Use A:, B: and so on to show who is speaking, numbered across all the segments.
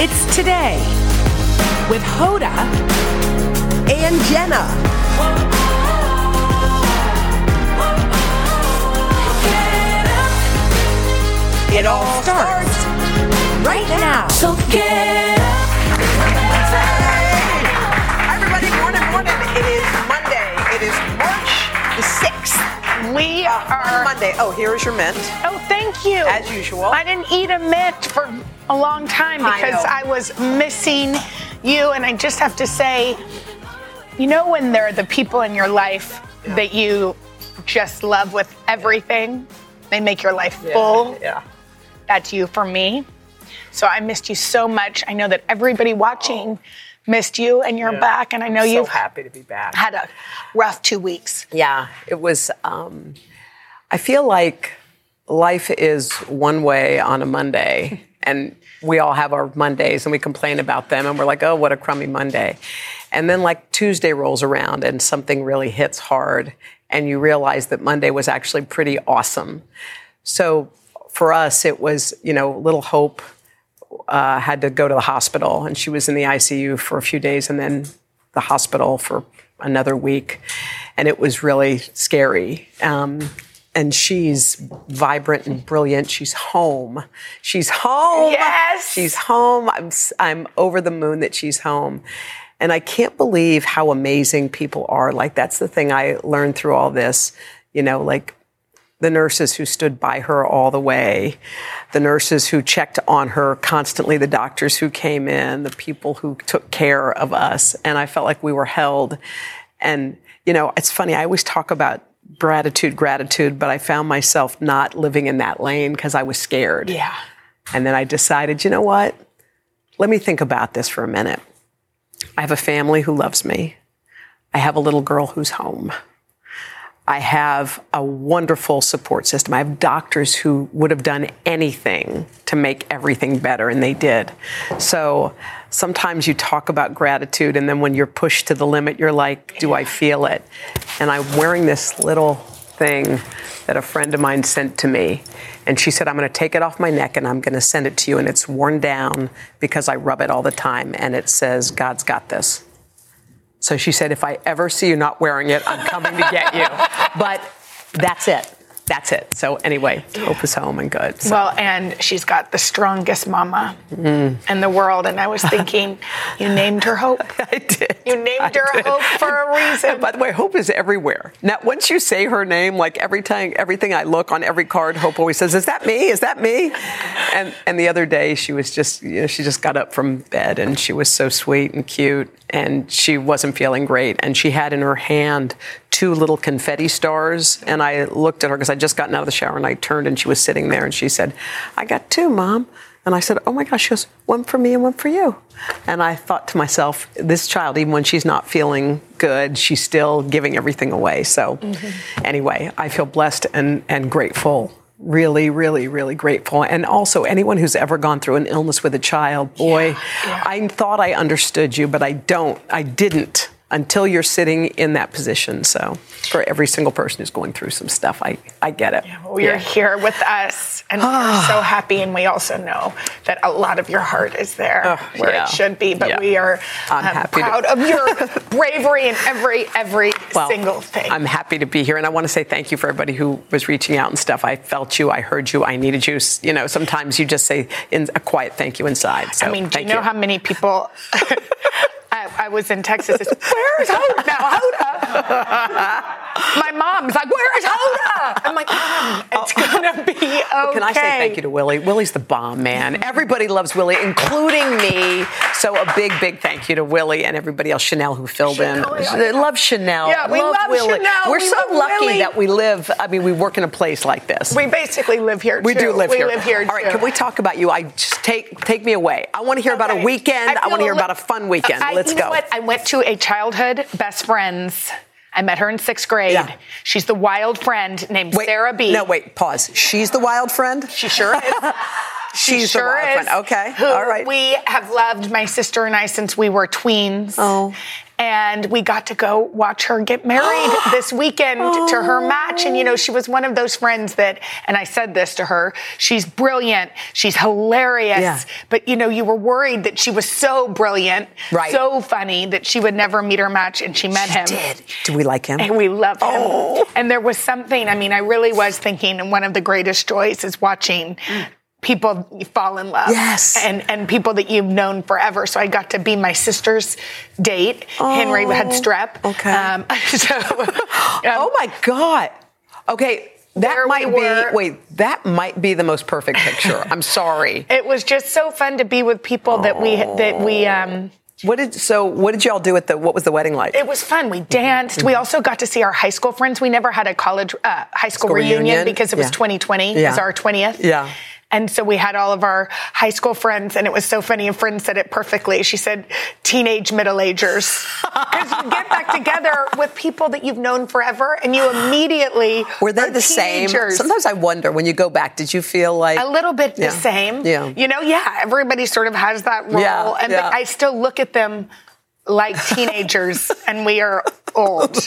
A: It's today with Hoda
B: and Jenna. It all starts
A: right now.
C: So get up.
B: Everybody, morning, morning. It is Monday. It is March the 6th.
D: We
B: On
D: are.
B: Monday. Oh, here is your mint.
D: Oh, thank you.
B: As usual.
D: I didn't eat a mint for a long time
B: I
D: because
B: know.
D: I, was missing you. And I just have to say, you know, when there are the people in your life that you just love with everything, they make your life full.
B: Yeah.
D: That's you for me. So I missed you so much. I know that everybody watching missed you, and you're back. And I know
B: So
D: you've
B: happy to be back.
D: had a rough two weeks.
E: Yeah, it was. Um, I feel like life is one way on a Monday, and we all have our Mondays, and we complain about them, and we're like, "Oh, what a crummy Monday," and then like Tuesday rolls around, and something really hits hard, and you realize that Monday was actually pretty awesome. So for us, it was you know little hope. Uh, had to go to the hospital, and she was in the ICU for a few days, and then the hospital for another week, and it was really scary. Um, and she's vibrant and brilliant. She's home. She's home.
D: Yes.
E: She's home. I'm, s- I'm over the moon that she's home. And I can't believe how amazing people are. Like, that's the thing I learned through all this. You know, like the nurses who stood by her all the way, the nurses who checked on her constantly, the doctors who came in, the people who took care of us. And I felt like we were held. And, you know, it's funny, I always talk about gratitude, gratitude, but I found myself not living in that lane because I was scared.
D: Yeah.
E: And then I decided, you know what? Let me think about this for a minute. I have a family who loves me. I have a little girl who's home. I have a wonderful support system. I have doctors who would have done anything to make everything better, and they did. So sometimes you talk about gratitude, and then when you're pushed to the limit, you're like, do I feel it? And I'm wearing this little thing that a friend of mine sent to me. And she said, I'm going to take it off my neck and I'm going to send it to you. And it's worn down because I rub it all the time. And it says, God's got this. So she said, if I ever see you not wearing it, I'm coming to get you. But that's it. That's it. So anyway, hope is home and good. So Mm.
D: Well, and she's got the strongest mama in the world. And I was thinking, you named her Hope.
E: I did.
D: You named
E: I
D: her
E: did.
D: Hope for a reason.
E: And by the way, Hope is everywhere. Now, once you say her name, like every time, everything I look on every card, Hope always says, "Is that me? Is that me?" And and the other day, she was just, you know, she just got up from bed and she was so sweet and cute, and she wasn't feeling great, and she had in her hand two little confetti stars, and I looked at her because I just gotten out of the shower, and I turned and she was sitting there, and she said, "I got two, mom." And I said, Oh my gosh, she goes, one for me and one for you. And I thought to myself, this child, even when she's not feeling good, she's still giving everything away. So, anyway, I feel blessed and, and grateful. Really, really, really grateful. And also, anyone who's ever gone through an illness with a child, boy, I thought I understood you, but I don't. I didn't until you're sitting in that position. So, for every single person who's going through some stuff, I, I get it.
D: You're
E: Yeah.
D: here with us, and we're so happy. And we also know that a lot of your heart is there where
E: yeah.
D: it should be. But
E: Yeah.
D: we are um,
E: I'm happy to-
D: proud of your bravery in every every
E: Well,
D: single thing.
E: I'm happy to be here, and I want to say thank you for everybody who was reaching out and stuff. I felt you, I heard you, I needed you. S- You know, sometimes you just say in a quiet thank you inside. So
D: I mean, do you
E: thank
D: know how many people? I, I was in Texas. It's, Where is Hoda now? Hoda. My mom's like, "Where is Hoda?" I'm like, Mom, "It's gonna be okay."
E: Oh. Can I say thank you to Willie? Willie's the bomb, man. Everybody loves Willie, including me. So a big, big thank you to Willie and everybody else, Chanel, who filled
D: Chanel,
E: in.
D: yeah.
E: They love Chanel.
D: Yeah, we love
E: Willie.
D: Chanel.
E: We're
D: We
E: so
D: love
E: lucky
D: Willie.
E: that we live. I mean, we work in a place like this.
D: We basically live here.
E: We
D: too.
E: do live
D: we
E: here.
D: live here.
E: All right,
D: too.
E: can we talk about you? I just take take me away. I want to hear about
D: Okay.
E: a weekend. I,
D: feel
E: want to hear
D: li-
E: about a fun weekend.
D: I-
E: Let's
D: you know
E: go.
D: what? I went to a childhood best friends. I met her in sixth grade.
E: Yeah.
D: She's the wild friend named
E: Wait,
D: Sarah B.
E: No, wait, pause. She's the wild friend?
D: She sure is.
E: She's the
D: sure
E: wild
D: is.
E: friend. Okay.
D: Who
E: All right.
D: We have loved my sister and I since we were tweens.
E: Oh.
D: And we got to go watch her get married this weekend to her
E: Oh.
D: match. And, you know, she was one of those friends that, and I said this to her, she's brilliant, she's hilarious.
E: Yeah.
D: But, you know, you were worried that she was so brilliant,
E: Right.
D: so funny that she would never meet her match. And she met him.
E: Did. Oh. Do we like him?
D: And we love him. And there was something, I mean, I really was thinking, and one of the greatest joys is watching people fall in love.
E: Yes.
D: And, and people that you've known forever. So I got to be my sister's date. Henry had strep.
E: Oh, okay.
D: Um, so, um,
E: oh my God. Okay. That
D: There we
E: might
D: were.
E: be, wait, that might be the most perfect picture. I'm sorry.
D: It was just so fun to be with people that we, that we, um,
E: What did, so what did y'all do at the, what was the wedding like?
D: it was fun.
E: Mm-hmm.
D: We danced. We also got to see our high school friends. We never had a college uh, high school,
E: School
D: reunion,
E: reunion?
D: because it was
E: Yeah.
D: 2020. It was
E: Yeah.
D: our 20th.
E: Yeah.
D: And so we had all of our high school friends, and it was so funny. A friend said it perfectly. She said, "Teenage middle agers," because you get back together with people that you've known forever, and you immediately
E: Were they
D: are
E: the same?
D: teenagers.
E: Sometimes I wonder when you go back, did you feel like
D: A little bit
E: Yeah.
D: the same.
E: Yeah.
D: You know, yeah, everybody sort of has that role.
E: Yeah,
D: and
E: yeah.
D: But I still look at them like teenagers and we are old.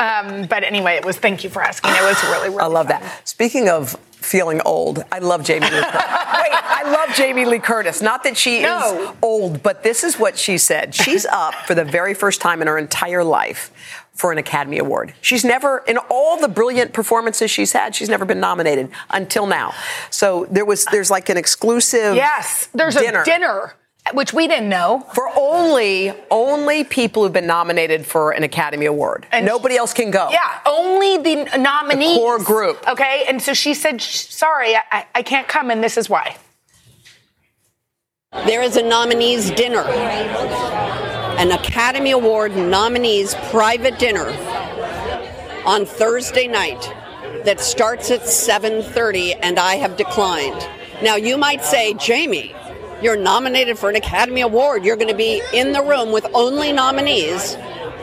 D: Um, but anyway, it was thank you for asking. It was really, really
E: I love
D: fun.
E: that. Speaking of feeling old, I love Jamie Lee Curtis. Wait, I love Jamie Lee Curtis. Not that she is
D: No.
E: old, but this is what she said. She's up for the very first time in her entire life for an Academy Award. She's never, in all the brilliant performances she's had, she's never been nominated until now. So there was, there's like an exclusive
D: Yes. There's
E: dinner.
D: a dinner, which we didn't know.
E: For only, only people who've been nominated for an Academy Award.
D: And-
E: Nobody else can go.
D: Yeah, only the nominees.
E: The core group.
D: Okay, and so she said, "Sh- sorry, I- I, I can't come, and this is why.
C: There is a nominees dinner, an Academy Award nominees private dinner on Thursday night that starts at 7:30 and I have declined. Now you might say, "Jamie, you're nominated for an Academy Award. You're going to be in the room with only nominees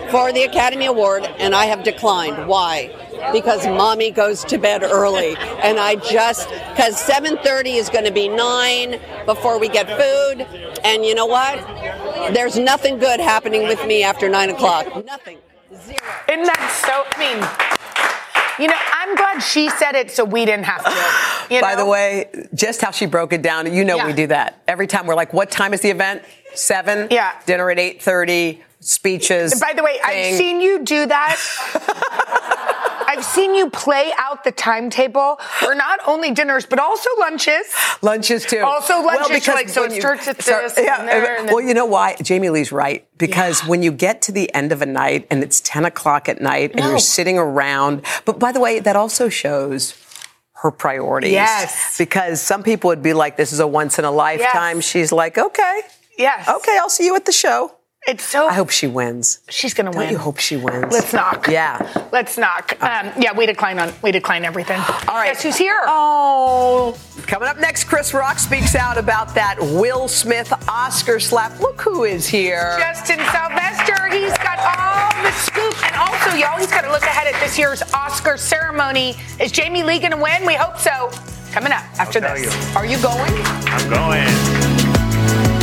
C: for the Academy Award and I have declined. Why? Because mommy goes to bed early and I just cuz 7:30 is going to be 9 before we get food and you know what? There's nothing good happening with me after 9 o'clock. Nothing. Zero.
D: Isn't that so? I mean, you know, I'm glad she said it, so we didn't have to. You
E: By the
D: know?
E: way, just how she broke it down, you know
D: Yeah.
E: we do that. Every time we're like, what time is the event? Seven.
D: Yeah.
E: Dinner at 8.30, speeches.
D: By the way,
E: thing.
D: I've seen you do that. I've seen you play out the timetable for not only dinners but also lunches.
E: Lunches too.
D: Also lunches, you're
E: because
D: like, so
E: when
D: it
E: you-
D: starts at
E: start-
D: this and there and then-
E: well, you know why? Jamie Lee's right. Because
D: Yeah.
E: when you get to the end of a night and it's 10 o'clock at night and
D: No.
E: you're sitting around, but by the way, that also shows her priorities.
D: Yes.
E: Because some people would be like, this is a once in a lifetime. She's like, okay.
D: Yes.
E: Okay, I'll see you at the show.
D: It's so.
E: I hope she wins.
D: she's gonna
E: Don't
D: win.
E: you hope she wins?
D: Let's knock.
E: Yeah. Uh.
D: Let's knock. Um, yeah, we decline on. We decline everything. All
E: right.
D: Guess who's here?
E: Oh. Coming up next, Chris Rock speaks out about that Will Smith Oscar slap. Look who is here.
D: Justin Sylvester. He's got all the scoop. And also, y'all, he's got to look ahead at this year's Oscar ceremony. Is Jamie Lee going to win? We hope so. Coming up after
F: I'll tell
D: this.
F: you.
D: Are you going?
F: I'm going.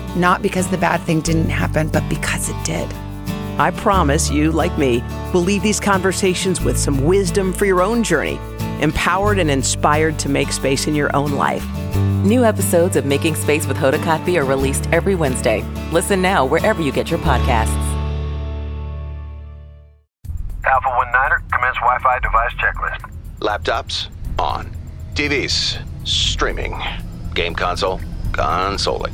G: not because the bad thing didn't happen, but because it did.
H: I promise you, like me, will leave these conversations with some wisdom for your own journey, empowered and inspired to make space in your own life.
I: New episodes of Making Space with Hoda Kotb are released every Wednesday. Listen now wherever you get your podcasts.
J: Alpha 19er, commence Wi Fi device checklist.
K: Laptops on. TVs streaming. Game console consoling.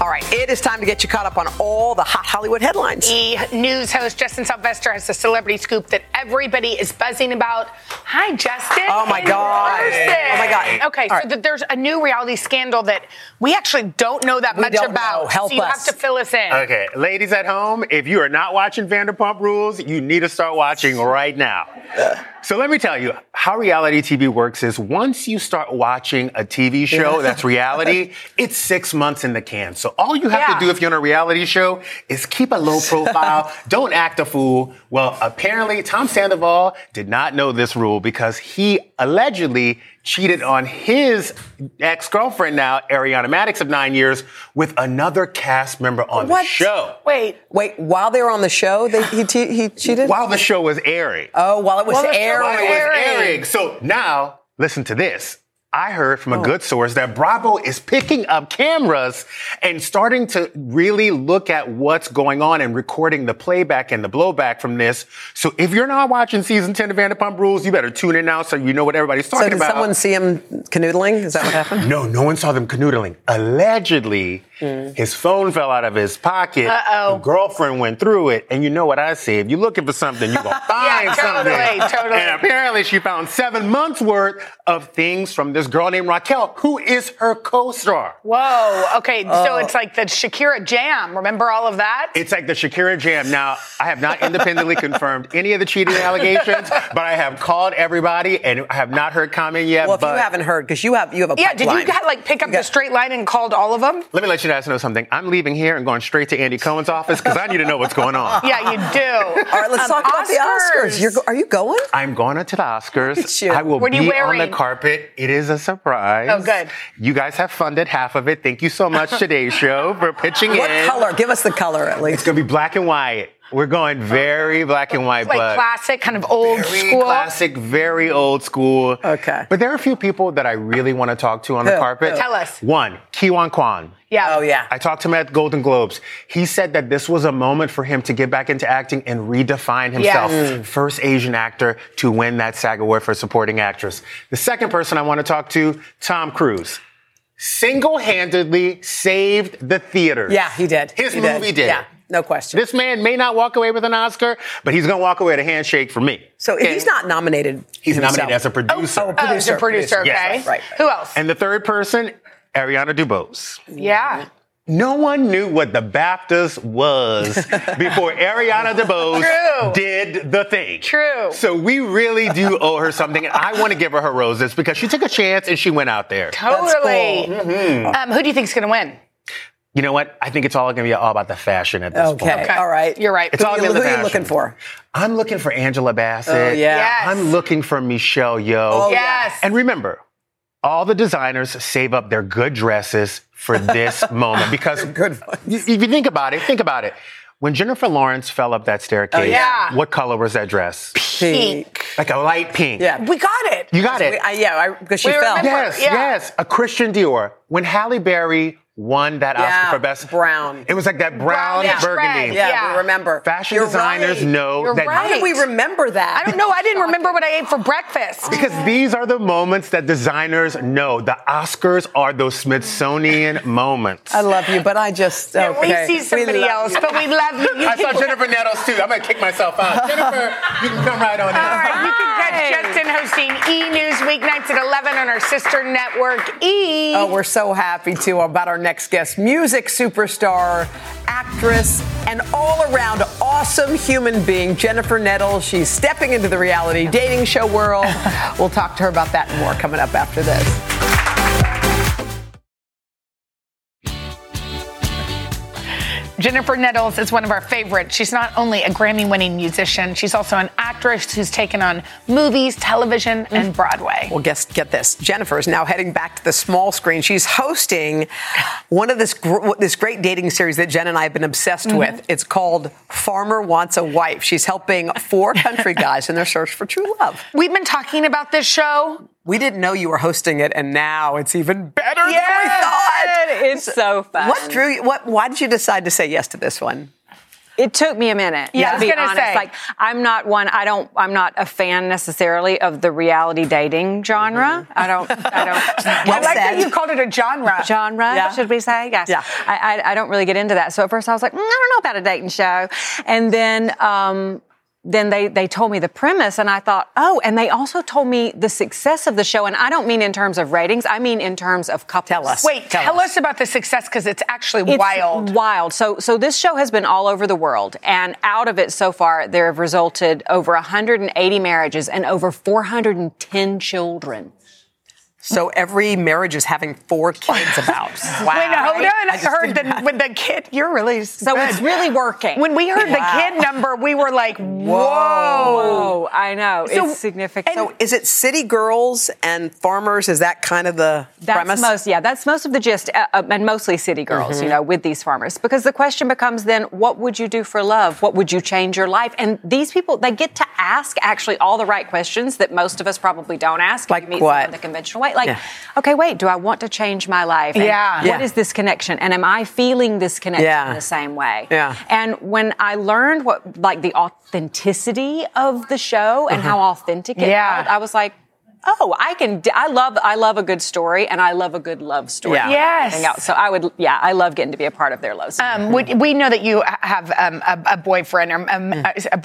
E: All right, it is time to get you caught up on all the hot Hollywood headlines.
D: E news host Justin Sylvester has a celebrity scoop that everybody is buzzing about. Hi, Justin.
E: Oh, my
D: In
E: God.
D: person.
E: Oh, my God.
D: Okay,
E: All
D: so
E: right.
D: that there's a new reality scandal that we actually don't know that
E: We
D: much
E: don't
D: about.
E: know. Help
D: so you
E: us.
D: have to fill us in.
F: Okay, ladies at home, if you are not watching Vanderpump Rules, you need to start watching right now. So let me tell you how reality TV works is once you start watching a TV show that's reality, it's six months in the can. So all you have
L: Yeah.
F: to do if you're on a reality show is keep a low profile, don't act a fool. Well, apparently Tom Sandoval did not know this rule because he allegedly cheated on his ex-girlfriend now, Ariana Maddox of nine years, with another cast member on the show.
D: Wait.
E: Wait, while they were on the show, they, he, te- he cheated?
F: While the show was airing.
E: Oh, while it was
F: While the show
E: airing.
F: was airing. So now, listen to this. I heard
E: Oh.
F: from a good source that Bravo is picking up cameras and starting to really look at what's going on and recording the playback and the blowback from this. So if you're not watching season 10 of Vanderpump Rules, you better tune in now so you know what everybody's
E: So
F: talking
E: did
F: about.
E: someone see him canoodling? Is that what happened?
F: no, no one saw them canoodling. Allegedly,
E: Mm.
F: his phone fell out of his pocket.
D: Uh-oh.
F: The girlfriend went through it. And you know what I say? If you're looking for something, you're going to find
D: Yeah, totally,
F: something.
D: totally.
F: And apparently, she found seven months worth of things from this girl named Raquel, who is her co star.
D: Whoa. Okay, so
F: Oh.
D: it's like the Shakira jam. Remember all of that?
F: It's like the Shakira jam. Now, I have not independently confirmed any of the cheating allegations, but I have called everybody and I have not heard comment yet.
E: Well, if
F: but
E: you haven't heard, because you have you have a
D: Yeah, did you
F: pipeline.
D: got, like pick up the straight line and called all of them?
F: Let me let you guys know something. I'm leaving here and going straight to Andy Cohen's office because I need to know what's going on.
D: Yeah, you do.
E: All right, let's
D: Um,
E: talk about the Oscars. You're, go- are you going?
F: I'm going to the Oscars. I will
D: What are
F: be
D: you
F: on the
D: wearing?
F: carpet. It is a surprise.
D: Oh, good.
F: You guys have funded half of it. Thank you so much today's show for pitching
E: What
F: in.
E: color? Give us the color at least.
F: It's going to be black and white. We're going very black and white,
D: Like
F: but
D: classic, kind of old
F: very
D: school.
F: classic, very old school. Okay. But there are a few people that I really want to talk to on the
D: Who?
F: carpet.
D: Who? Tell us.
F: One, Kiwan Kwan.
D: Yeah.
E: Oh yeah.
F: I talked to him at Golden Globes. He said that this was a moment for him to get back into acting and redefine himself.
L: Yes. Mm.
F: First Asian actor to win that SAG Award for Supporting Actress. The second person I want to talk to, Tom Cruise. Single handedly saved the theater.
E: Yeah, he did.
F: His
E: He
F: movie did.
E: Yeah, no question.
F: This man may not walk away with an Oscar, but he's going to walk away with a handshake from me.
E: So if he's not nominated,
F: He's nominated
E: himself.
F: as a producer.
E: Oh,
D: Oh, he's a producer, okay.
F: Yes.
D: right. Who else?
F: And the third person, Ariana DuBose.
D: Yeah.
F: No one knew what the Baptist was before Ariana DeBose
D: True.
F: did the thing.
D: True.
F: So we really do owe her something. And I want to give her her roses because she took a chance and she went out there.
D: Totally.
F: Mhm.
D: Um, who do you think's going to win?
F: You know what? I think it's all going to be all about the fashion at this point.
E: All right.
D: You're right.
F: It's all about the fashion.
E: for?
F: I'm looking for Angela Bassett.
E: Oh, yeah. Yes.
F: I'm looking for Michelle Yeoh.
E: Oh, Yes.
F: And remember, all the designers save up their good dresses for this moment because if you think about it, think about it. When Jennifer Lawrence fell up that staircase,
E: Oh, yeah.
F: what color was that dress?
E: Pink.
F: Like a light pink.
E: Yeah.
D: We got it.
F: You got it.
E: I, yeah, because she
F: We
E: fell.
F: remember- Yes, yes. A Christian Dior. When Halle Berry won that
E: Yeah,
F: Oscar for Best Brown, it was like that brown,
E: Brownish
F: burgundy.
E: red, Yeah, yeah. we remember.
F: Fashion
E: You're
F: designers
E: right.
F: know
E: You're
F: that
E: How did we remember that?
D: I don't know. I didn't remember what I ate for breakfast.
F: Because these are the moments that designers know. The Oscars are those Smithsonian moments.
E: I love you, but I just okay.
D: We see somebody
E: love
D: else,
E: you.
D: but we love you. You
F: I saw
D: can-
F: Jennifer Nettles too. I'm gonna kick myself out. Jennifer, you can come right on
D: All
F: in.
D: right, you can catch Justin hosting E News weeknights at 11 on our sister network E.
E: Oh, we're so happy too about our next guest, music superstar, actress, and all around awesome human being, Jennifer Nettles. She's stepping into the reality dating show world. we'll talk to her about that and more coming up after this.
D: Jennifer Nettles is one of our favorites. She's not only a Grammy winning musician, she's also an actress who's taken on movies, television,
F: Mm.
D: and Broadway.
E: Well, guess get this. Jennifer is now heading back to the small screen. She's hosting one of this gr- this great dating series that Jen and I have been obsessed
D: Mm-hmm.
E: with. It's called Farmer Wants a Wife. She's helping four country guys in their search for true love.
D: We've been talking about this show.
E: We didn't know you were hosting it, and now it's even better than we
D: Yes!
E: thought.
M: It's so fun.
E: What drew you? What? Why did you decide to say yes to this one?
L: It took me a minute.
D: Yeah, I
L: to
D: was
L: be
D: gonna
L: honest.
D: say.
L: Like I'm not one. I don't. I'm not a fan necessarily of the reality dating genre. I don't. I don't.
D: I like that you called it a genre.
L: Genre,
D: Yeah.
L: should we say? Yes. Yeah. I, I, I don't really get into that. So at first I was like, mm, I don't know about a dating show, and then. Um, then they, they told me the premise and I thought, oh, and they also told me the success of the show. And I don't mean in terms of ratings. I mean in terms of couples. Tell us.
D: Wait, tell, us. about the success because it's actually wild.
L: Wild. So, so this show has been all over the world, and out of it so far, there have resulted over 180 marriages and over 410 children.
M: So every marriage is having four kids about. Wow.
D: When Hoda and I,
M: I just
D: heard the, when the kid, you're really so
L: it's really working.
D: When we heard
M: Wow.
D: the kid number, we were like, whoa. Oh,
L: Whoa, I know. It's significant.
E: So is it city girls and farmers? Is that kind of the
L: That's
E: premise?
L: most, yeah, that's most of the gist, uh, uh, and mostly city girls,
E: Mhm.
M: Mm-hmm.
L: you know, with these farmers. Because the question becomes then, what would you do for love? What would you change your life? And these people, they get to ask actually all the right questions that most of us probably don't ask. Like meet
M: what?
L: someone The conventional way, like,
M: Yeah.
L: okay, wait, do I want to change my life? And
M: Yeah.
L: What is
M: Yeah.
L: this connection? And am I feeling this connection
M: Yeah.
L: in the same way?
M: Yeah.
L: And when I learned what, like, the authenticity of the show and
M: Uh-huh.
L: how authentic it
M: Yeah.
L: felt, I was like. Oh, I can. d- I love. I love a good story, and I love a good love story.
D: Yeah. Yes.
L: Hang out. So I would. Yeah, I love getting to be a part of their love story.
D: Um, would, we know that you ha- have um, a, a boyfriend or um, a, a,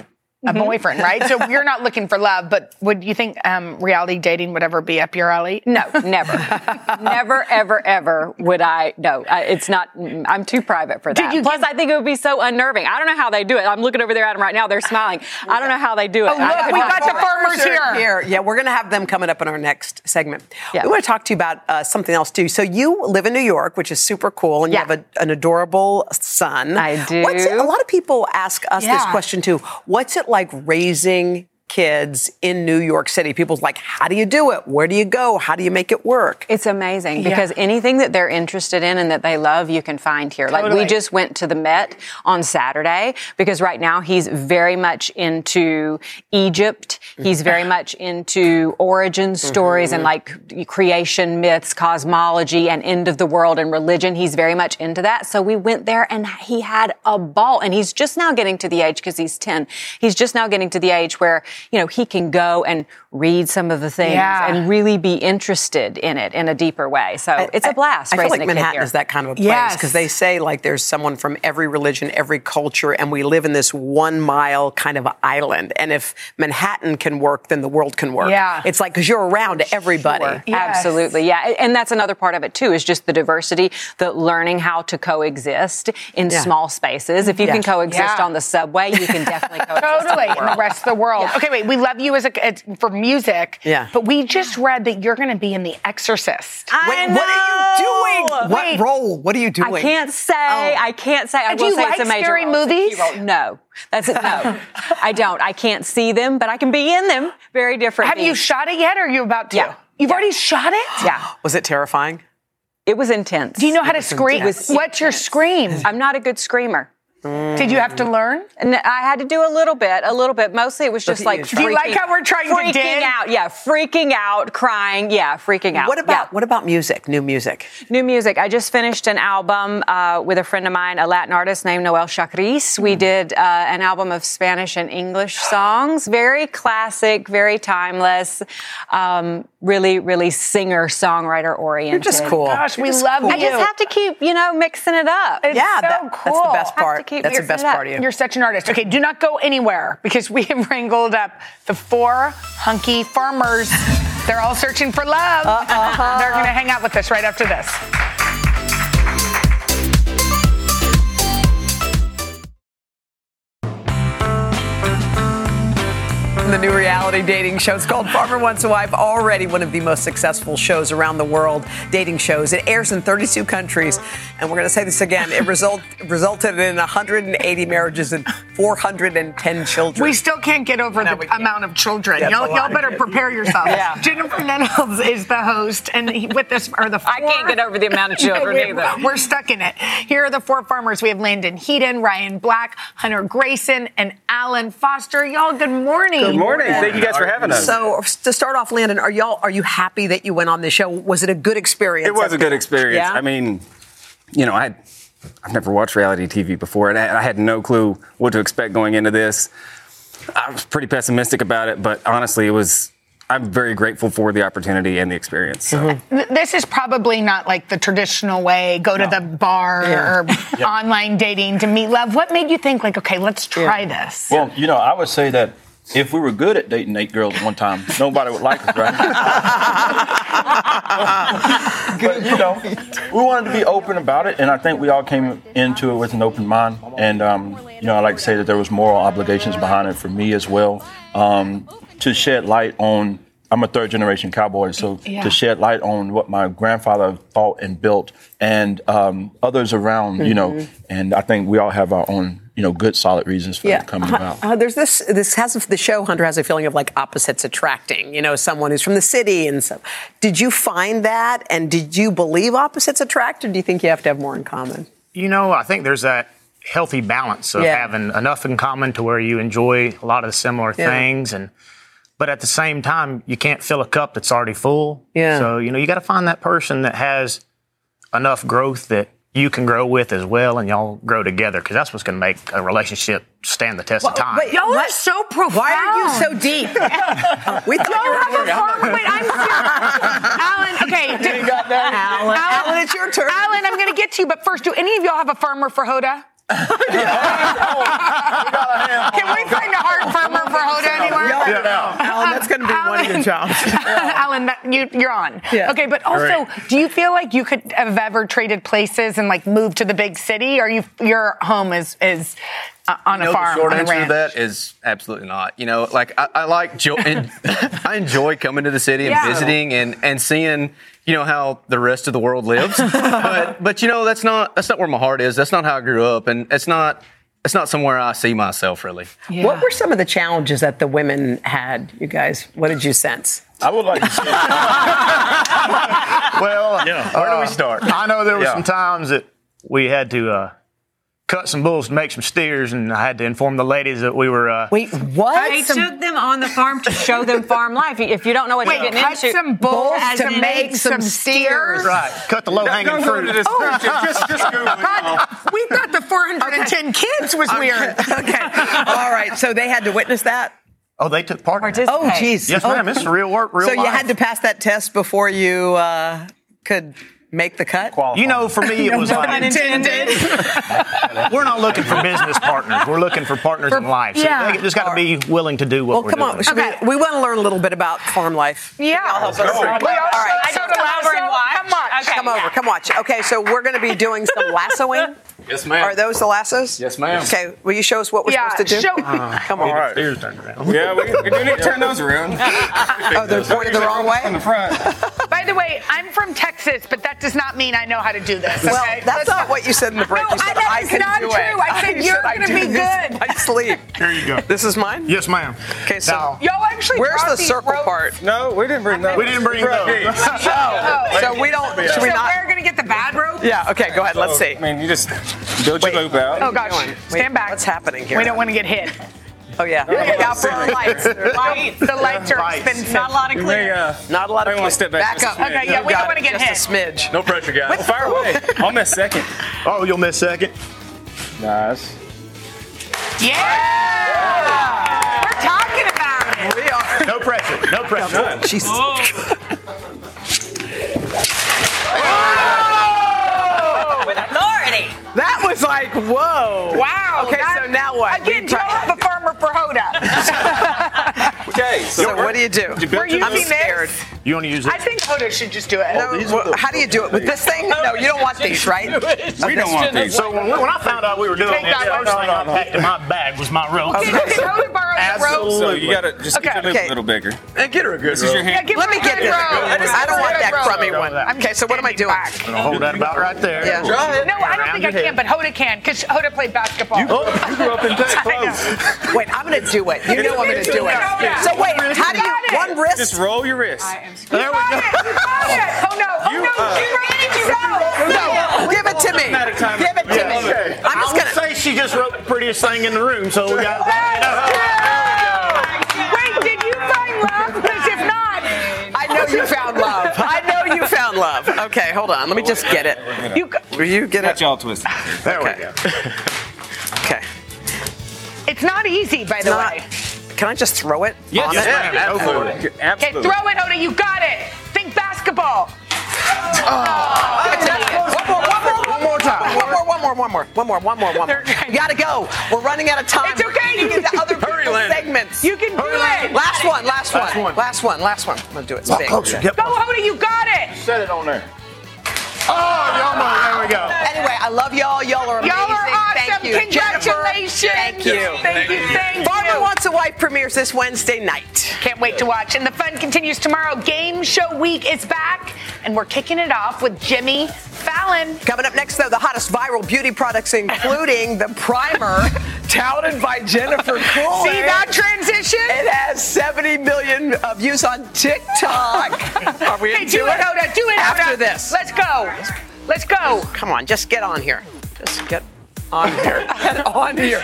L: Mm-hmm.
D: a boyfriend, right? So you're not looking for love, but would you think um, reality dating would ever be up your alley?
L: No, never, never, ever, ever would I. No, I, it's not. mm, I'm too private for that.
D: you
L: Plus, I think it would be so unnerving. I don't know how they do it. I'm looking over there at them right now. They're smiling. I don't know how they
D: Oh,
L: do it. I could not do it.
M: are
E: Yeah, we're going to have them coming up in our next segment. We want to talk to you about uh, something else too. So you live in New York, which is super cool, and you have a, an adorable son. I do. What's it, a lot of people ask us this
M: Yeah.
E: question too. What's it like raising kids in New York City? People's like, how do you do it? Where do you go? How do you make it work?
L: It's amazing because
E: Yeah.
L: anything that they're interested in and that they love, you can find here. Like
M: Totally.
L: we just went to the Met on Saturday because right now he's very much into Egypt. He's
E: Mm-hmm.
L: very much into origin stories and like creation myths, cosmology and end of the world and religion. He's very much into that. So we went there and he had a ball and he's just now getting to the age because he's 10. He's just now getting to the age where, you know, he can go and read some of the things
M: Yeah.
L: and really be interested in it in a deeper way. So it's a blast.
E: I feel
L: raising
E: like
L: a kid
E: Manhattan
L: here.
E: is that kind of a place
L: Yes.
E: because they say like there's someone from every religion, every culture, and we live in this one mile kind of island. And if Manhattan can work, then the world can work.
L: Yeah.
E: it's like because you're around everybody.
L: Absolutely, yeah, And- and that's another part of it too is just the diversity, the learning how to coexist in
D: Yeah.
L: small spaces. If you
D: Yeah.
L: can coexist
D: Yeah.
L: on the subway, you can definitely coexist.
D: Totally, in the rest of the world. Okay, wait. We love you as a as, for music.
L: Yeah.
D: But we just read that you're going to be in The Exorcist.
M: Wait, what are you doing?
D: Wait.
M: What role? What are you doing?
L: I can't say. I can't say. I
D: And do
L: will
D: you
L: say
D: like
L: it's a major
D: scary
L: role. It's a
D: movies?
L: key role. No, that's it. No, I don't. I can't see them, but I can be in them. Very different.
D: Have you
L: things.
D: shot it yet? Or are you about to?
L: Yeah.
D: You've already shot it.
L: Yeah.
E: Was it terrifying?
L: It was intense. Do
D: you know how to scream? What's your scream?
L: I'm not a good screamer.
D: Did you have to
E: Mm.
D: learn?
L: And I had to do a little bit, a little bit. Mostly it was
D: Look
L: just
D: at you
L: like
D: trying. Do you like how we're trying to
L: freaking
D: dig?
L: out. Yeah, freaking out, crying. Yeah, freaking out.
E: What
L: Yeah.
E: about what about music? New music.
L: New music. I just finished an album uh, with a friend of mine, a Latin artist named Noel Chakris.
D: Hmm.
L: We did uh, an album of Spanish and English songs. Very classic, very timeless. Um, really, really singer songwriter oriented.
E: just cool. Gosh, we You're just love cool.
L: I just
E: you.
L: have to keep, you know, mixing it up.
D: It's so cool.
E: the best part. That's the
D: mixing
E: best
D: it up.
E: part of you.
D: You're such an artist. Okay, do not go anywhere because we have wrangled up the four hunky farmers. They're all searching for love. They're going to hang out with us right after this.
E: The new reality dating show. It's called Farmer Wants a Wife, already one of the most successful shows around the world, dating shows. It airs in 32 countries. And we're going to say this again it result, resulted in 180 marriages and 410 children.
D: We still can't get over the amount of children.
E: That's a
D: y'all
E: lot
D: y'all
E: of
D: better
E: kids.
D: prepare yourselves.
E: Yeah.
D: Jennifer Nettles is the host, and he- with us are the four. I
L: can't get over the amount of children either.
D: We're stuck in it. Here are the four farmers. We have Landon Heaton, Ryan Black, Hunter Grayson, and Alan Foster. Y'all, good morning.
E: So to start off, Landon, are y'all are you happy that you went on the show? Was it a good experience?
N: It was a good experience.
E: Yeah?
N: I mean, you know, I I've never watched reality TV before, and I, I had no clue what to expect going into this. I was pretty pessimistic about it, but honestly, it was. I'm very grateful for the opportunity and the experience. So.
D: Th- This is probably not like the traditional way go to the bar
N: Yeah.
D: or online dating to meet love. What made you think, like, okay, let's try this?
O: Well, you know, I would say that if we were good at dating eight girls at one time, nobody would like us, right? but you know, we wanted to be open about it, and I think we all came into it with an open mind. And um, you know, I like to say that there was moral obligations behind it for me as well um, to shed light on. I'm a third generation cowboy, so
P: Yeah.
O: to shed light on what my grandfather fought and built, and um, others around, you know.
Q: Mhm.
O: And I think we all have our own, you know, good solid reasons for it coming
E: Hu-
O: about.
E: uh, there's this. This has the show. Hunter has a feeling of like opposites attracting. You know, someone who's from the city and so. Did you find that? And did you believe opposites attract, or do you think you have to have more in common?
R: You know, I think there's that healthy balance of
E: Yeah.
R: having enough in common to where you enjoy a lot of the similar
E: Yeah.
R: things and but at the same time you can't fill a cup that's already full.
E: Yeah.
R: So, you know, you gotta find that person that has enough growth that you can grow with as well and y'all grow together because that's what's gonna make a relationship stand the test of time.
S: But y'all are so profound. Why are you so deep?
E: we
S: y'all have a far. Wait, I'm
D: Alan, okay.
S: You ain't got that.
D: Alan,
S: Alan,
E: it's your turn.
D: Alan, I'm going to get to you, but first, do any of y'all have a firmer for Hoda? Can we find a hard firmer for Hoda anywhere?
E: Alan, that's going to be one of your jobs.
D: Alan, that, you, you're on.
E: Yeah.
D: Okay, but
E: All
D: also,
E: right.
D: do you feel like you could have ever traded places and like moved to the big city, or you your home is is uh, on
T: You know,
D: a farm
T: The short
D: on a
T: answer
D: ranch?
T: to that is absolutely not. You know, like I, I like jo- and I enjoy coming to the city and
D: Yeah.
T: visiting and and seeing you know how the rest of the world lives. but but you know that's not that's not where my heart is. That's not how I grew up, and it's not it's not somewhere I see myself really.
E: What were some of the challenges that the women had? You guys, what did you sense?
O: I would like to say
R: well, uh,
T: where do we start?
R: I know there were
T: Yeah.
R: some times that we had to uh, cut some bulls to make some steers, and I had to inform the ladies that we were. Uh,
E: Wait, what?
L: They took them on the farm to show them farm life. If you don't know what
D: Wait,
L: you're getting
D: cut
L: into,
D: some bulls
L: As
D: to
L: in
D: make some steers.
R: Right, cut the low
D: Don't
R: hanging
D: go
R: fruit.
D: to the description, just- just Google it,
R: God,
D: we thought the 410 kids was weird.
E: okay. All right. So they had to witness that.
R: Oh, they took part.
E: Oh, jeez.
R: Yes, ma'am. It's real work, real
E: So you
R: life.
E: had to pass that test before you uh, could make the cut.
R: You know, for me, it was
E: No
R: like-
E: pun intended.
R: we're not looking for business partners. We're looking for partners in life. So
E: yeah.
R: they just got to be willing to do what
E: Well,
R: we're
E: come
R: doing.
E: on. should We, we want to learn a little bit about farm life.
D: Yeah.
E: Help us.
R: Let's go.
E: All
R: We also-
E: right.
D: I
E: so
D: don't know,
E: come over and
D: so
E: watch.
D: come watch.
E: Come over. Come watch. Okay. So we're going to be doing some lassoing.
N: Yes, ma'am.
E: Are those the lassos?
N: Yes, ma'am.
E: Okay. Will you show us what we're
N: Yeah,
E: supposed to do?
N: show-
E: come on.
N: Yeah, we, we do need to turn those around.
E: oh, they're pointed the wrong way.
N: In the front.
D: By the way, I'm from Texas, but that does not mean I know how to do this.
E: Well,
D: okay?
E: that's not what you said in the break.
D: No,
E: you said
D: I- that
E: I
D: is
E: can
D: not
E: do
D: true.
E: it.
D: I said you're
E: I
D: gonna
E: do
D: be
E: this
D: good.
E: in My sleep.
R: Here you go.
E: This is mine.
R: Yes, ma'am.
E: Okay, so
R: Yo,
D: actually
E: where's
D: brought
E: the
D: these
E: circle part?
N: No, we didn't bring those.
R: We didn't bring those.
E: Oh, so we don't. Should we
D: so
E: not?
D: we're gonna get the bad rope.
E: Yeah. Okay. Go ahead. Let's
N: So,
E: see.
N: Oh, I mean, you just build your loop out.
D: Oh gosh, stand back.
E: What's happening here?
D: We don't want to get hit.
E: Oh yeah.
D: Look out for
E: the lights.
D: The lights are
E: Lights.
D: expensive.
E: Not a lot of
N: You may, uh,
E: Not a lot of
N: may wanna
E: clear-
N: step back
E: Back
N: just a
E: up.
N: smidge.
E: Okay, yeah,
N: You
E: we don't
N: got
E: wanna
N: it.
E: get
N: Just a
E: smidge.
N: No pressure, guys. Fire away. I'll miss second.
R: Oh, you'll miss second.
N: Nice.
D: We're talking about it.
E: We are.
R: No pressure. No pressure.
E: Jesus.
N: Oh,
S: With authority.
E: That was like whoa.
D: Wow.
E: Okay.
D: that-
E: So now what?
D: Again, do have a farmer for Hoda?
N: Okay.
E: So, what do you do?
D: you built We're your
E: I'm
D: using
E: scared.
R: You want to use
D: I think Hoda should just do it.
E: No,
N: Oh,
E: well, how do you do it with this thing? No, you don't want these, right? Okay.
R: So when, when I found out we were doing
E: Take
R: this,
E: that
R: the
E: rope.
R: first thing I packed in my bag was my rope.
D: Okay, okay, Hoda borrows the rope.
N: So you gotta just
D: Okay.
N: get your loop a little bigger. And get her a good This is
R: rope.
N: your hand.
D: give
E: Let me
D: her
E: get
D: a
E: this.
D: rope.
E: I don't want that crummy
D: Rope.
E: one. Okay, so what am I doing?
R: Gonna hold that about right there.
E: Yeah.
D: No, I don't think I can, but Hoda can, because Hoda played basketball.
R: you grew up in
E: Wait, I'm gonna do it. You know I'm gonna do it. So wait, how do you one wrist?
N: Just roll your wrist.
E: There we go. uh,
D: Oh no! Oh no! She ran it. She's
E: No, give it to me. Give it to me. I'm
R: I
E: just
R: would
E: gonna.
R: say she just wrote the prettiest thing in the room, so we got
D: Wait, did you find love? Because if not,
E: I know you found love. I know you found love.
N: Okay, hold on. Let me just get it. You, will you get it?
R: y'all twisted.
N: There we go. Okay.
D: It's not easy, by the way.
N: Can I just throw it?
R: Yes,
N: on
R: yes,
N: it?
R: yeah, absolutely.
D: Okay, throw it, Hoda. You got it. Think basketball.
E: Oh.
D: Oh,
E: One more time. One more, one more, one more, one more, one more, one more. You gotta go. We're running out of time. It's okay. You get the other people's segments. You can do it. Last one, last
D: Last
E: one, Oh, last one, last one. I'm gonna do it. It's
D: Walk
E: big.
D: closer, get Go, closer. Hoda, you got it.
E: You said it on there.
D: Oh,
E: there we go. Anyway, I love y'all. Y'all are amazing.
D: Y'all are
E: Thank
D: awesome.
E: you. Jennifer,
D: Congratulations.
E: Thank you.
D: Thank you. Thank you.
E: Barbara Wants a Wife premieres this Wednesday night.
D: Can't wait to watch. And the fun continues tomorrow. Game show week is back, and we're kicking it off with Jimmy Fallon.
E: Coming up next, though, the hottest viral beauty products, including the primer touted by Jennifer Cooley.
D: See that transition?
E: It has 70 million uh, views on TikTok. Are we
D: Hey,
E: into
D: do it, Hoda. Do it,
E: After
D: Hoda.
E: this.
D: Let's go. Let's go.
E: Come on, just get on here. Just get on here. get on here.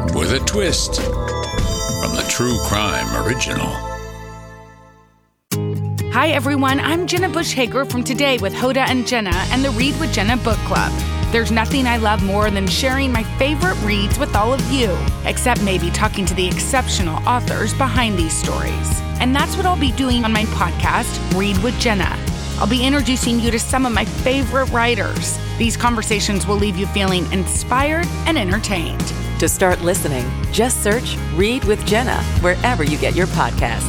U: with a twist from the true crime original.
V: Hi, everyone. I'm Jenna Bush Hager from Today with Hoda and Jenna and the Read with Jenna Book Club. There's nothing I love more than sharing my favorite reads with all of you, except maybe talking to the exceptional authors behind these stories. And that's what I'll be doing on my podcast, Read with Jenna. I'll be introducing you to some of my favorite writers. These conversations will leave you feeling inspired and entertained.
I: To start listening, just search Read with Jenna wherever you get your podcasts.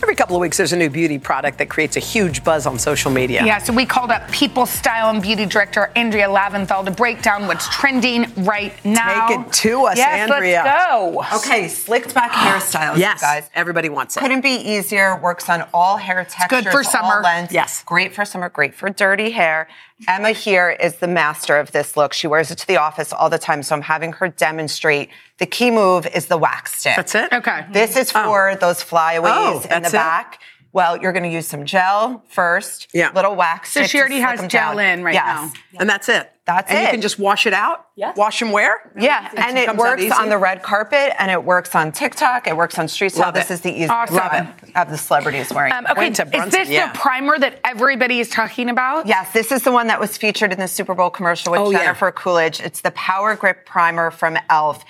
E: Every couple of weeks, there's a new beauty product that creates a huge buzz on social media.
D: Yeah. so we called up people style and beauty director Andrea Laventhal to break down what's trending right now.
E: Take it to us,
D: yes,
E: Andrea.
D: Let's go.
W: Okay, slicked back hairstyles,
E: Yes.
W: you guys.
E: Everybody wants it.
W: Couldn't be easier. Works on all hair textures.
D: good for
W: all
D: summer.
W: Lengths. Yes. Great for summer. Great for dirty hair. Emma here is the master of this look. She wears it to the office all the time. So I'm having her demonstrate. The key move is the wax stick. That's
E: it.
D: Okay.
W: This is for those flyaways
E: Oh,
W: in the
E: that's it?
W: back. Well, you're going to use some gel first. Yeah. Little wax.
D: So
W: stick
D: she
W: to
D: already
W: slick
D: has
W: them
D: gel
W: down.
D: in right
W: Yes.
D: now.
E: And that's it.
W: That's
E: and
W: it.
E: you can just wash it out. Yes. Wash and wear.
W: Yeah,
E: And
W: and,
E: it
W: it
E: comes out
W: works
E: easy?
W: on the red carpet, and it works on TikTok. It works on street style.
E: Love
W: This
E: it.
W: is the easiest
D: Awesome. Love
W: of the celebrities wearing.
D: Um, okay, is this the primer that everybody is talking about?
W: Yes, this is the one that was featured in the Super Bowl commercial with
D: Oh, yeah.
W: Jennifer Coolidge. It's the Power Grip Primer from e.l.f.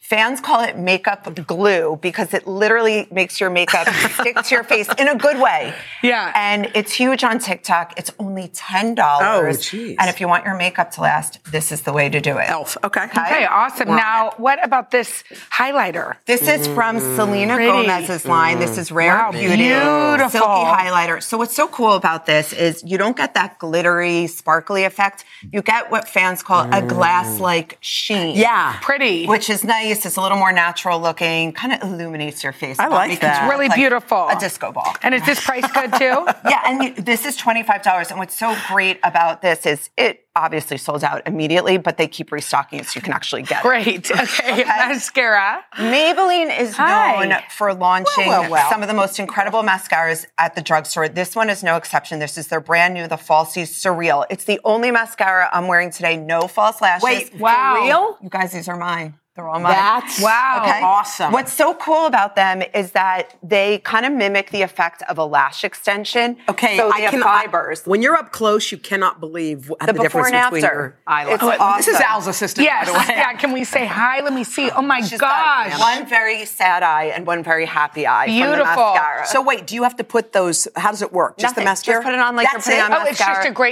W: Fans call it makeup glue because it literally makes your makeup stick to your face in a good way. Yeah. And it's huge on TikTok. It's only $10.
E: Oh, geez.
W: And if you want your makeup to last, this is the way to do it.
D: e
E: Elf. Okay.
W: Okay,
D: awesome. Now, what about this highlighter?
W: This is from Selena
D: Mm. Pretty.
W: Gomez's line. This is Rare
D: Wow,
W: Beauty.
D: beautiful.
W: Silky highlighter. So what's so cool about this is you don't get that glittery, sparkly effect. You get what fans call a glass-like sheen.
D: Mm. Yeah. Pretty.
W: Which is nice. It's a little more natural looking. Kind of illuminates your face.
D: I
W: Not
D: like
W: making
D: that.
W: you
D: It's really
W: look like
D: beautiful.
W: A disco ball.
D: And is this price good too?
W: yeah, and this is $25. And what's so great about this is it obviously sold out immediately, but they keep restocking it so you can actually get
D: Great.
W: it.
D: Okay. Mascara.
W: Maybelline is
D: Hi.
W: known for launching
D: Well, well, well.
W: some of the most incredible mascaras at the drugstore. This one is no exception. This is their brand new, the Falsies Surreal. It's the only mascara I'm wearing today. No false lashes.
E: Wait, for Wow. real?
W: You guys, these are mine. They're all mine.
E: That's Wow. awesome.
W: What's so cool about them is that they kind of mimic the effect of a lash extension.
E: Okay,
W: so
E: I
W: they have
E: can-
W: fibers.
E: When you're up close, you cannot believe what, the,
W: The before
E: difference
W: and
E: between
W: after.
E: your
W: It's
E: eyelids.
W: Oh,
E: This is
W: awesome.
E: Al's assistant,
D: Yes.
E: by the way.
D: Yeah. Can we say hi? Let me see. Oh my
W: got
D: gosh.
W: One very sad eye and one very happy eye. from the
D: Beautiful.
W: mascara.
E: So wait, do you have to put those? How does it work? Just the
W: Nothing.
E: mascara.
W: Oh, Just put it on like
E: That's
W: you're putting
E: it? Oh,
W: on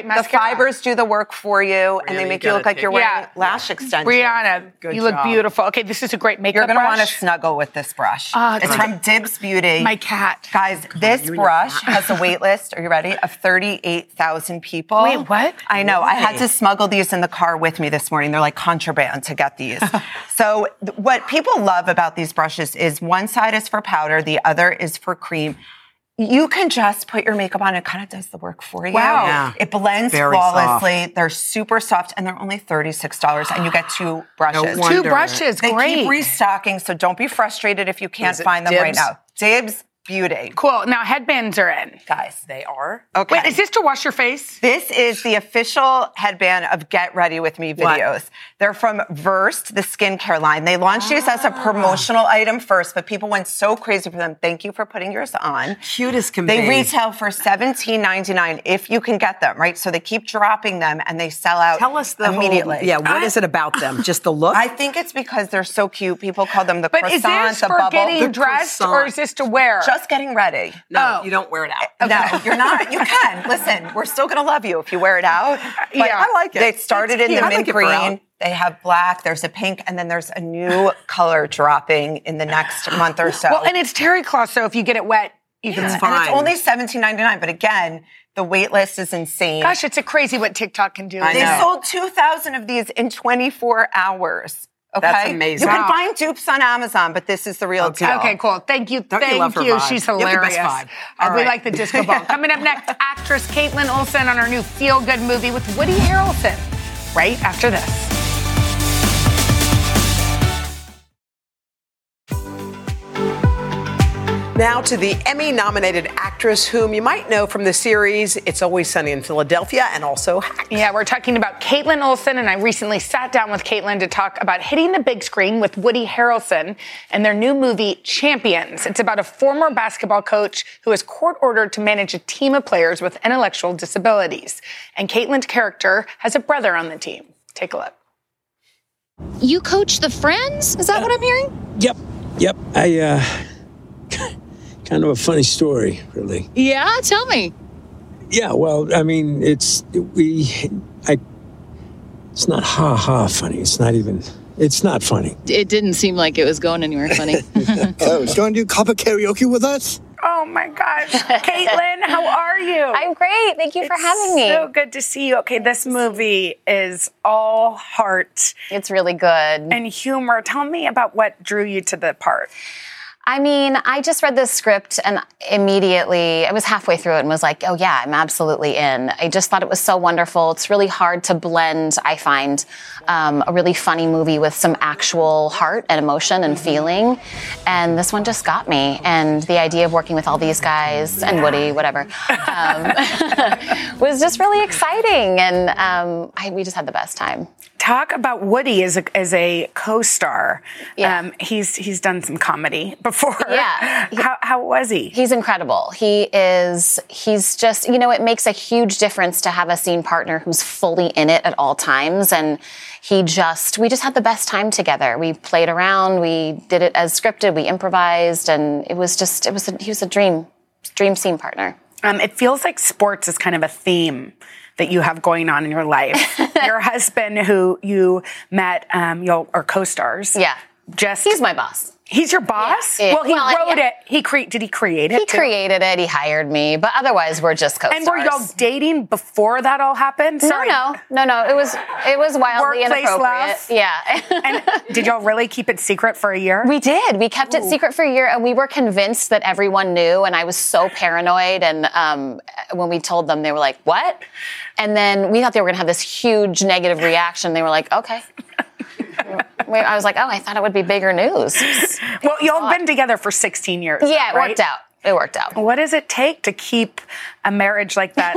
W: mascara. The fibers do the work for you, and they make you
E: gotta
W: look like you're
E: take-
W: wearing
E: Yeah.
W: lash extensions.
D: Brianna, you look
W: job.
D: beautiful. Okay, this is a great makeup
W: You're going to
D: brush.
W: want to snuggle with this brush.
D: Ah, it's
W: it's
D: like-
W: from Dibs Beauty.
D: My cat.
W: Guys, this
D: you and your
W: brush
D: cat.
W: has a wait list, are you ready, of 38,000 people.
D: Wait, what?
W: I know. I had
D: Why?
W: to smuggle these in the car with me this morning. They're like contraband to get these. so, th- what people love about these brushes is one side is for powder, the other is for cream. You can just put your makeup on, it kind of does the work for you.
X: Wow. Yeah.
W: It blends
X: Very
W: flawlessly. They're super soft and they're only $36 and you get two brushes.
D: No Two wonder. brushes,
W: They
D: great.
W: keep restocking, so don't be frustrated if you can't
D: Is it
W: find them right
D: Dibs?
W: now. Dibs Beauty.
D: Cool. Now headbands are in.
W: Guys.
D: They are.
W: Okay.
D: Wait, is this to wash your face?
W: This is the official headband of Get Ready With Me
D: What?
W: videos. They're from Versed, the skincare line. They launched these as a
D: Ah.
W: promotional item first, but people went so crazy for them. Thank you for putting yours on.
A: Cute as can
W: They
A: be.
W: retail for $17.99 if you can get them, right? So they keep dropping them and they sell out Tell us
A: The whole-
W: immediately.
A: yeah, What is it about them? Just the look?
W: I think it's because they're so cute. People call them the
D: But
W: croissant,
D: is this
W: the
D: for
W: bubble.
D: getting The dressed or croissant. is this to wear?
W: Just getting ready.
A: No, you don't wear it out.
W: No, you're not. You can. Oh. Listen, we're still going to love you if you wear it out. But
A: Yeah. I like it.
W: They started
A: It's
W: in the
A: cute. I
W: mint
A: like it for out.
W: green. They have black, there's a pink, and then there's a new color dropping in the next month or so.
D: Well, and it's terry cloth, so if you get it wet, you can.
W: Yeah, And it's only seventeen ninety nine. But again, the wait list is insane.
D: Gosh, it's a crazy what TikTok can do.
W: they sold 2,000 of these in 24 hours. Okay?
D: That's amazing.
W: You can
D: Wow.
W: find dupes on Amazon, but this is the real deal.
D: Okay, cool. Thank you.
W: Don't you
D: Thank
W: love her vibe?
D: She's
W: You have the best
D: hilarious.
W: vibe.
D: Uh,
W: All
D: We
W: right.
D: like the disco ball. Coming up next, actress Caitlin Olsen on her new feel good movie with Woody Harrelson. Right after this.
M: Now to the Emmy nominated actress whom you might know from the series It's Always Sunny in Philadelphia and also Hacks.
D: Yeah, we're talking about Caitlin Olsen, and I recently sat down with Caitlin to talk about hitting the big screen with Woody Harrelson and their new movie, Champions. It's about a former basketball coach who is court ordered to manage a team of players with intellectual disabilities. And Caitlin's character has a brother on the team. Take a look.
B: You coach the friends? Is that what I'm hearing?
C: Yep, yep. I uh, kind of a funny story, really.
B: Yeah, tell me.
C: Yeah. Well, I mean, it's we. I. It's not ha ha funny. It's not even. It's not funny.
B: It didn't seem like it was going anywhere funny.
C: Oh, it's going to do Copper karaoke with us?
D: Oh my gosh. Caitlin, how are you? I'm
G: great. Thank you for having me.
D: So good to see you. Okay, this movie is all heart.
G: It's really good. And
D: humor. Tell me about what drew you to the part.
G: I mean, I just read this script and immediately, I was halfway through it and was like, oh, yeah, I'm absolutely in. I just thought it was so wonderful. It's really hard to blend, I find, um, a really funny movie with some actual heart and emotion
D: Mm-hmm.
G: and feeling. And this one just got me. And the idea of working with all these guys and Woody, whatever, um, was just really exciting. And um, I, we just had the best time.
D: Talk about Woody as a, as a co-star. Um, he's he's done some comedy before.
G: Yeah.
D: How, how was he?
G: He's incredible. He is, he's just, you know, it makes a huge difference to have a scene partner who's fully in it at all times. And he just, we just had the best time together. We played around, we did it as scripted, we improvised, and it was just, it was, a, he was a dream, dream scene partner.
D: Um, it feels like sports is kind of a theme that you have going on in your life. your husband, who you met, um, you are co-stars. Yeah. Just he's
G: my boss.
D: He's your boss.
G: Yeah.
D: Well, he
G: Well, I-
D: wrote
G: yeah.
D: it. He cre- did he create it?
G: He
D: too?
G: created it, he hired me, but otherwise we're just co-stars.
D: And were y'all dating before that all happened? Sorry.
G: No, no, no, no. It was it was wildly
D: Workplace
G: inappropriate.
D: love?
G: Yeah.
D: Did y'all really keep it secret for a year?
G: We did. We kept it
D: Ooh.
G: secret for a year, and we were convinced that everyone knew. And I was so paranoid. And um, when we told them, they were like, "What?" And then we thought they were going to have this huge negative reaction. They were like, "Okay." We- I was like, "Oh, I thought it would be bigger news."
D: Well, y'all been together for 16 years.
G: Yeah, it
D: right?
G: worked out. It worked out.
D: What does it take to keep a marriage like that?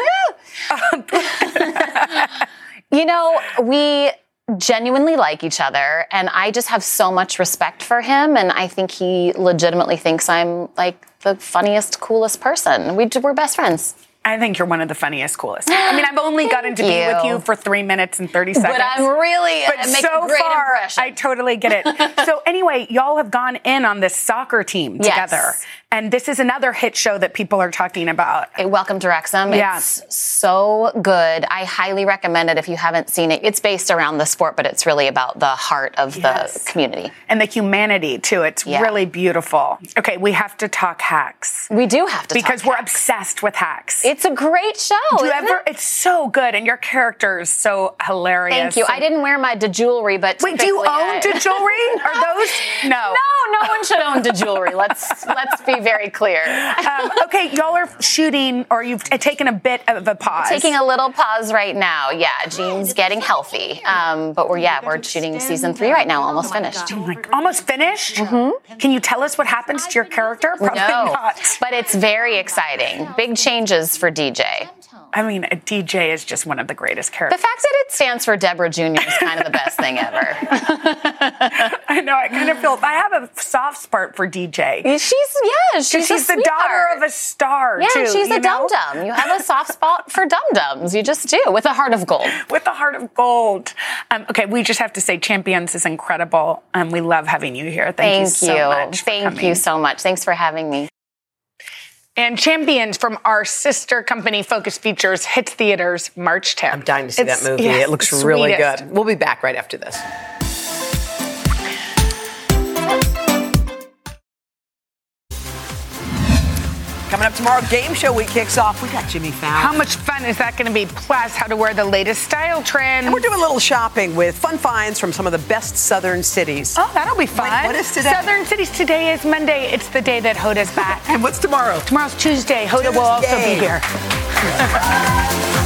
G: You know, we genuinely like each other, and I just have so much respect for him. And I think he legitimately thinks I'm like the funniest, coolest person. We, we're best friends.
D: I think you're one of the funniest, coolest. I mean, I've only gotten to be
G: Thank
D: with
G: you.
D: you for three minutes and 30
G: But
D: seconds.
G: I'm really-
D: But
G: it makes a
D: so
G: great
D: far, I totally get it. so, anyway, y'all have gone in on this soccer team
G: Yes.
D: together. And this is another hit show that people are talking about.
G: Welcome to Wrexham.
D: Yeah.
G: It's so good. I highly recommend it if you haven't seen it. It's based around the sport, but it's really about the heart of the community.
D: and the humanity too. It's
G: Yeah.
D: really beautiful. Okay, we have to talk hacks.
G: We do have to talk
D: because we're obsessed with hacks.
G: It's a great show.
D: Do you
G: isn't
D: ever?
G: it?
D: It's so good, and your character is so hilarious.
G: Thank you. I didn't wear my de jewelry, but
D: Wait, do you
G: typically
D: own
G: I-
D: de jewelry? Are those no?
G: No, no one should own de jewelry. Let's let's be very clear.
D: um, okay, y'all are shooting, or you've t- taken a bit of a pause.
G: Taking a little pause right now. Yeah, Jean's getting healthy. Um, but we're yeah, we're shooting season three right
D: Oh
G: now, almost finished. Mm-hmm.
D: Almost finished. Can you tell us what happens to your character? Probably
G: no,
D: not.
G: but it's very exciting. Big changes for DJ.
D: I mean, a DJ is just one of the greatest
G: The
D: characters.
G: fact that it stands for Deborah Junior is kind of the best thing ever.
D: I know. I kind of feel I have a soft spot for DJ.
G: She's yeah. She's, a
D: she's the daughter
G: sweetheart.
D: of a star.
G: Yeah,
D: too,
G: she's
D: you
G: a dum
D: know?
G: dum. You have a soft spot for dum dums. You just do with a heart of gold.
D: with a heart of gold. Um, okay, we just have to say, Champions is incredible, and we love having you here. Thank, you so much. for
G: Thank
D: coming.
G: you so much. Thanks for having me.
D: And Champions from our sister company, Focus Features, hits theaters March 10th. I'm dying
M: to see that movie. it looks really good. We'll be back right after this. Coming up tomorrow, game show week kicks off. We got Jimmy Fallon.
D: How much fun is that going to be? Plus, how to wear the latest style trend.
M: And we're doing a little shopping with fun finds from some of the best southern cities.
D: Oh, that'll be fun.
M: what is today?
D: Southern Cities today is Monday. It's the day that Hoda's back.
M: and what's tomorrow?
D: Tomorrow's Tuesday. Hoda will also be
M: Tuesday.
D: here.